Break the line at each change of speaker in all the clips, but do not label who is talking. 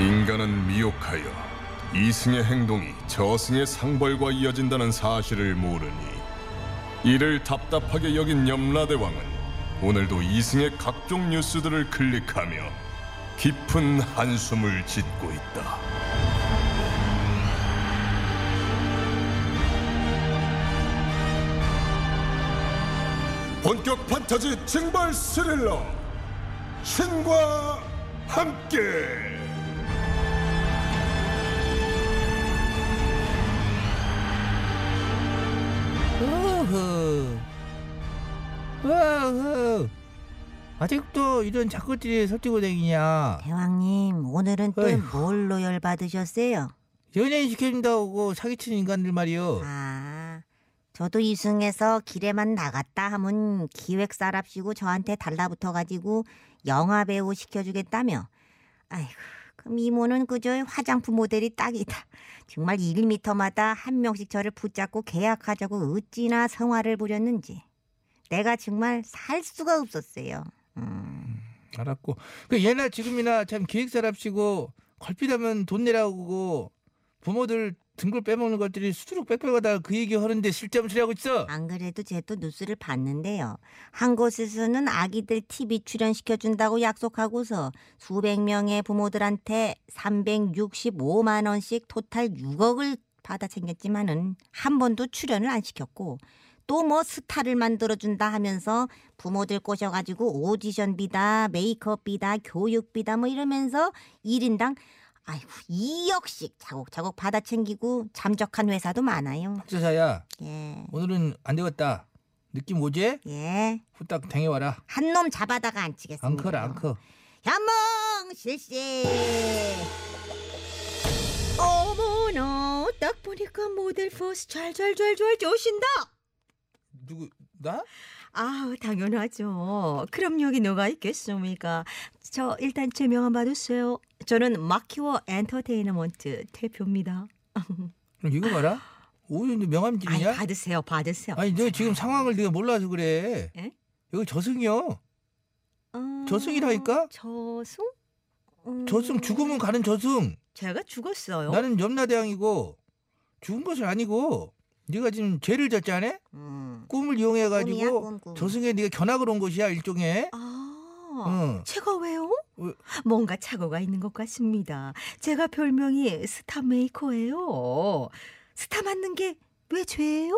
인간은 미혹하여 이승의 행동이 저승의 상벌과 이어진다는 사실을 모르니 이를 답답하게 여긴 염라대왕은 오늘도 이승의 각종 뉴스들을 클릭하며 깊은 한숨을 짓고 있다. 본격 판타지 징벌 스릴러 신과 함께
우후. 우후. 아직도 이런 작것들이 설치고 다니냐?
대왕님 오늘은 또
어이구.
뭘로 열 받으셨어요?
연예인 시켜준다고 사기치는 인간들 말이요.
아 저도 이승에서 길에만 나갔다 하면 기획사랍시고 저한테 달라붙어가지고 영화 배우 시켜주겠다며. 아이고 그럼 이모는 그저 화장품 모델이 딱이다. 정말 1미터마다 한 명씩 저를 붙잡고 계약하자고 어찌나 성화를 부렸는지. 내가 정말 살 수가 없었어요. 음.
알았고. 그 예나 지금이나 참 기획사랍시고 걸핏하면 돈 내라고 부모들 등골 빼먹는 것들이 수두룩 빽빽하다 그 얘기 하는데 실제면 처리하고 있어.
안 그래도 제 또 뉴스를 봤는데요. 한 곳에서는 아기들 TV 출연시켜준다고 약속하고서 수백 명의 부모들한테 365만 원씩 토탈 6억을 받아 챙겼지만은 한 번도 출연을 안 시켰고 또 뭐 스타를 만들어준다 하면서 부모들 꼬셔가지고 오디션비다 메이크업비다 교육비다 뭐 이러면서 1인당 아이고 2억씩 자곡자곡 받아 챙기고 잠적한 회사도 많아요.
박사사야
예.
오늘은 안 되겠다. 느낌 오지?
예.
후딱 댕해와라.
한 놈 잡아다가 앉히겠습니다.
안 커라 안 커.
현몽 실시. 어머나 딱 보니까 모델 포스 잘잘잘잘 좋으신다.
누구 나?
아우 당연하죠. 그럼 여기 누가 있겠습니까? 저 일단 제 명함 받으세요. 저는 마키워 엔터테인먼트 대표입니다.
그럼 이거 봐라. 오늘
아이,
명함집이냐?
받으세요, 받으세요.
아니 너 지금 상황을 네가 몰라서 그래.
에?
여기 저승이요.
어,
저승이라니까?
저승? 음,
저승 죽으면 가는 저승.
제가 죽었어요.
나는 염라대왕이고 죽은 것은 아니고 네가 지금 죄를 졌지 않아?
음.
꿈을
꿈이야,
이용해가지고
꿈, 꿈.
저승에 네가 견학을 온 것이야 일종의.
아.
응.
제가 왜요?
왜?
뭔가 착오가 있는 것 같습니다. 제가 별명이 스타 메이커예요. 스타 맞는 게 왜 죄예요?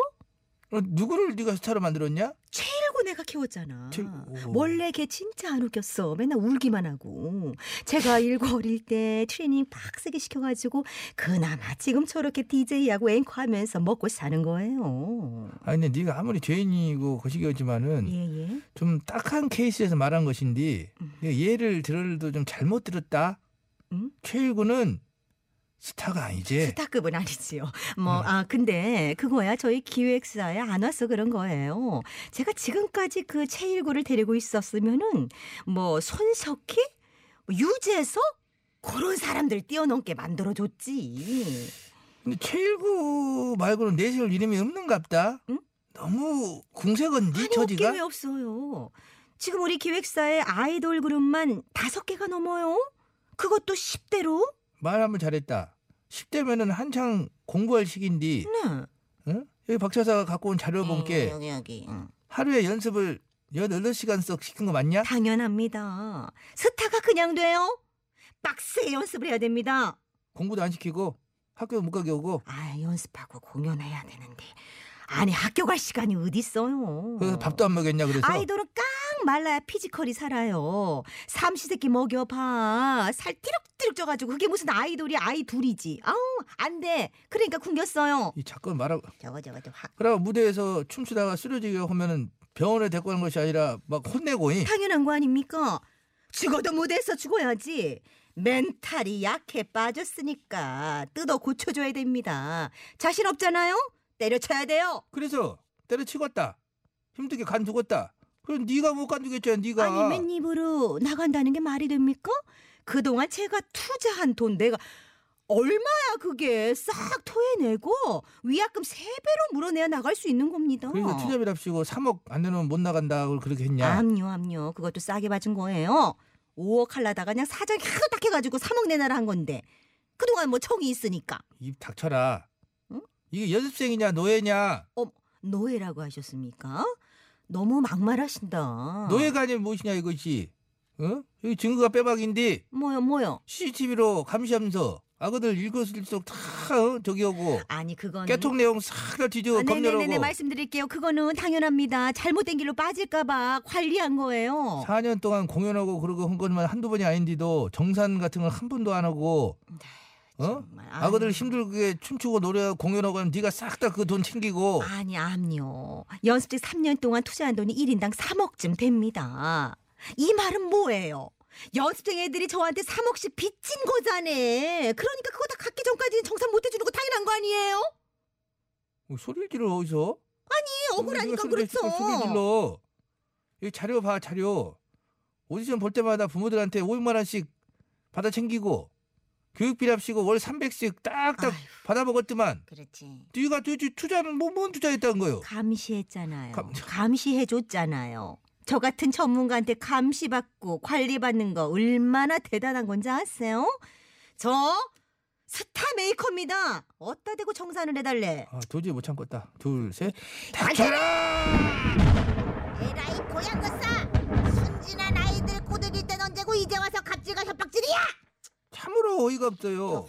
어, 누구를 네가 스타로 만들었냐?
최일고 내가 키웠잖아.
최- 오.
아. 원래 걔 진짜 안 웃겼어. 맨날 울기만 하고. 제가 일고 어릴 때 트레이닝 빡세게 시켜가지고 그나마 지금 저렇게 DJ하고 앵커하면서 먹고 사는 거예요.
아니 근데 네가 아무리 죄인이고 거시기였지만은
예예.
좀 딱한 케이스에서 말한 것인데
음.
내가 예를 들어도 좀 잘못 들었다.
응?
최일구는 스타가 아니지.
음? 스타급은 아니지요. 뭐,
네.
아, 근데 그거야. 저희 기획사에 안 와서 그런 거예요. 제가 지금까지 그 최일구를 데리고 있었으면은 뭐, 손석희? 뭐 유재석? 그런 사람들 뛰어넘게 만들어줬지.
근데 최일구 말고는 내세울 이름이 없는갑다.
응?
너무 궁색은니 네
아니,
처지가.
없게 왜 없어요. 지금 우리 기획사에 아이돌 그룹만 다섯 개가 넘어요. 그것도 10대로?
말 한번 잘했다. 10대면은 한창 공부할 시기인데
네.
응? 여기 박차사가 갖고 온 자료 본게
음, 여기, 여기.
하루에 연습을 18시간씩 시킨 거 맞냐?
당연합니다. 스타가 그냥 돼요? 빡세게 연습을 해야 됩니다.
공부도 안 시키고 학교 못 가게 오고
아 연습하고 공연해야 되는데 아니 학교 갈 시간이 어디 있어요?
그래서 밥도 안 먹였냐 그래서
음. 아이돌은 깡 말라야 피지컬이 살아요. 삼시세끼 먹여봐. 살 띠룩띠룩 쪄가지고 그게 무슨 아이돌이 아이 둘이지. 아우 안 돼. 그러니까 굶겼어요.
이 자꾸 말하고
저거 저거 저 확.
그럼 무대에서 춤추다가 쓰러지게 하면은 병원에 데리고 가는 것이 아니라 막 혼내고 이.
당연한 거 아닙니까? 죽어도 무대에서 죽어야지. 멘탈이 약해 빠졌으니까 뜯어 고쳐줘야 됩니다. 자신 없잖아요? 때려쳐야 돼요.
그래서 때려치웠다. 힘들게 간 두었다. 그럼 네가 못 간두겠잖아. 네가.
아니 맨 입으로 나간다는 게 말이 됩니까? 그동안 제가 투자한 돈 내가 얼마야 그게 싹 토해내고 위약금 세 배로 물어내야 나갈 수 있는 겁니다.
그리고
아,
투자비랍시고 3억 안 내면 못 나간다. 그걸 그렇게 했냐?
암요 암요 그것도 싸게 받은 거예요. 5억 할라다가 그냥 사장이 흐딱 해가지고 3억 내놔라 한 건데 그동안 뭐 청이 있으니까
입 닥쳐라.
응?
이게 연습생이냐 노예냐?
노예라고 하셨습니까? 너무 막말하신다.
노예가 그- 아니면 무엇이냐 이것이. 어? 여기 증거가 빼박인데
뭐요 뭐요?
CCTV로 감시하면서 아그들 일거수일투족 다 어? 저기 오고
아니 그거는
깨통 내용 싹 다 뒤지고
아,
검열하고
네네네네 말씀드릴게요. 그거는 당연합니다. 잘못된 길로 빠질까봐 관리한 거예요.
4년 동안 공연하고 그러고 한 것만 한두 번이 아닌데도 정산 같은 걸 한 번도 안 하고 어?
정말. 네, 아유.
아그들 힘들게 춤추고 노래하고 공연하고 하면 네가 싹 다 그 돈 챙기고
아니 암요. 연습생 3년 동안 투자한 돈이 1인당 3억쯤 됩니다. 이 말은 뭐예요? 연습생 애들이 저한테 3억씩 빚진 거잖아. 그러니까 그거 다 갖기 전까지는 정산 못 해주는 거 당연한 거 아니에요?
어, 소리를 질러 어디서
이 억울하니까
소리를
그렇죠.
질러, 소리를 질러 이 자료 봐 자료 오디션 볼 때마다 부모들한테 500만 원씩 받아 챙기고 교육비 합시고 월 300씩 딱딱
아휴.
받아 먹었더만
그렇지.
네가 도대체 투자는 뭐, 뭔 투자했다는 거예요
감시했잖아요.
감-
감시해줬잖아요. 저 같은 전문가한테 감시받고 관리받는 거 얼마나 대단한 건지 아세요? 저 스타 메이커입니다. 어따 대고 정산을 해달래.
아 도저히 못 참겠다 둘셋
에라이 고향 것싸 순진한 아이들 꼬들길 때 던지고 이제 와서 갑질과 협박질이야
참으로 어이가 없어요.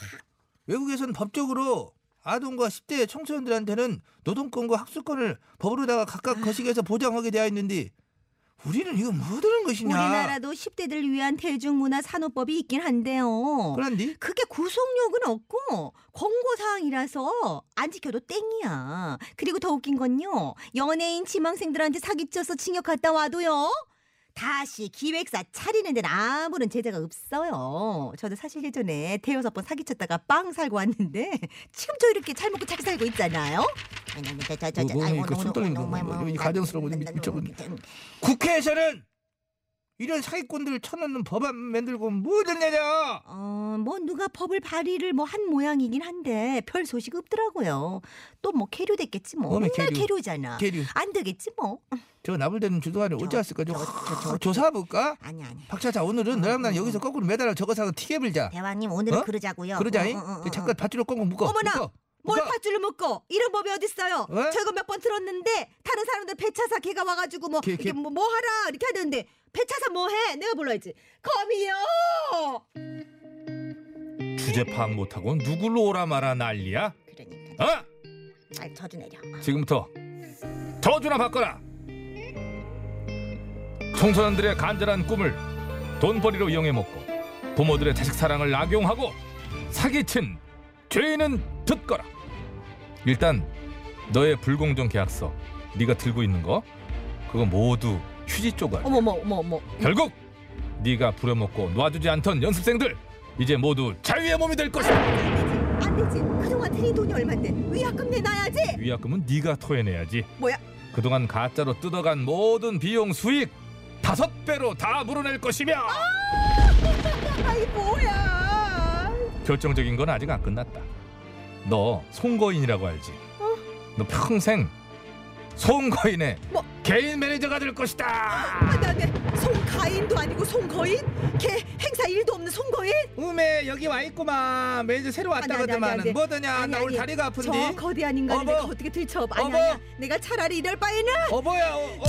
외국에선 법적으로 아동과 10대 청소년들한테는 노동권과 학습권을 법으로다가 각각 거시기에서 보장하게 되어 있는데 우리는 이거 뭐 드는 것이냐?
우리나라도 10대들을 위한 대중문화 산업법이 있긴 한데요.
그런데
그게 구속력은 없고 권고사항이라서 안 지켜도 땡이야. 그리고 더 웃긴 건요. 연예인 지망생들한테 사기쳐서 징역 갔다 와도요. 다시 기획사 차리는 데는 아무런 제재가 없어요. 저도 사실 예전에 대여섯 번 사기쳤다가 빵 살고 왔는데 지금 저 이렇게 잘 먹고 잘 살고 있잖아요.
뭐, 뭐, 이렇게 손 떨리는 거, 뭐, 뭐, 이 가정스러운 미-
뭐,
미쳐버리네. 국회에서는 이런 사기꾼들을 쳐넣는 법안 만들고 뭐 들냐냐?
어, 뭐 누가 법을 발의를 뭐 한 모양이긴 한데 별 소식 없더라고요. 또 뭐 캐류 됐겠지 뭐.
어메,
맨날
계류.
캐류잖아.
개류
안 되겠지 뭐.
저 나불대는 주도하는 어찌
저,
왔을까? 그러니까 좀
저, 저, 저.
조사해볼까?
아니 아니
박차차 오늘은 너랑 난 여기서 거꾸로 매달아 저거 사고 튀겨불자.
대왕님 오늘은
어?
그러자고요
그러자잉?
어, 어, 어, 어.
잠깐 밧줄로 꽁꽁 묶어.
어머나!
묶어.
뭘
묶어.
팥줄로 묶어? 이런 법이 어딨어요?
어?
저거 몇 번 들었는데 다른 사람들 배차사 걔가 와가지고 뭐
걔, 걔.
이게 뭐, 뭐 하라 이렇게 하는데 배차사 뭐 해? 내가 불러야지. 거미요.
주제 파악 못하고 누굴로 오라 마라 난리야?
그러니까
어?
잘 저주 내려
지금부터 저주나 바꿔라. 청소년들의 간절한 꿈을 돈벌이로 이용해 먹고 부모들의 자식 사랑을 악용하고 사기친 죄인은 듣거라. 일단 너의 불공정 계약서 네가 들고 있는 거 그거 모두 휴지 쪼갈.
어머머 어머머.
결국 네가 부려먹고 놔주지 않던 연습생들 이제 모두 자유의 몸이 될 것이다.
안 되지. 그동안 들인 돈이 얼만데 위약금 내놔야지.
위약금은 네가 토해내야지.
뭐야?
그동안 가짜로 뜯어간 모든 비용 수익 다섯 배로 다 물어낼 것이며
아이 뭐야.
결정적인 건 아직 안 끝났다. 너 송거인이라고 알지? 너 평생 송거인의
뭐?
개인 매니저가 될 것이다.
아나내 송가인도 아니고 송거인? 걔 행사 일도 없는 송거인?
우메 여기 와 있구만 매니저 새로
아니, 아니, 아니,
왔다거든만은
아니.
뭐더냐
아니,
나 오늘
아니.
다리가
저
아픈데
거대한 인간을
어머.
내가 어떻게 들쳐? 아니
어머.
아니야. 내가 차라리 이럴 바에는
어버야 어, 어.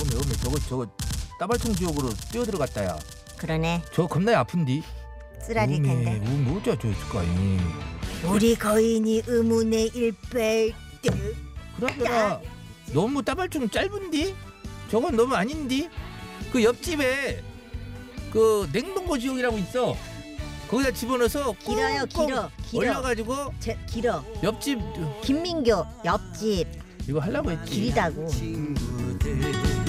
오메 오메 저거 저거 따발통 지옥으로 뛰어들어갔다야
그러네
저 겁나 아픈디
쓰라릴 텐데
오메 어쩌 저저거니
우리 거인이 의문의 일배
그러더라 너무 따발통 짧은디 저건 너무 아닌디 그 옆집에 그 냉동고 지옥이라고 있어 거기다 집어넣어서
길어요,
꽁꽁
길어, 길어.
올려가지고
제 길어
옆집
김민교 옆집
이거 하려고 했지
길이다고
친구들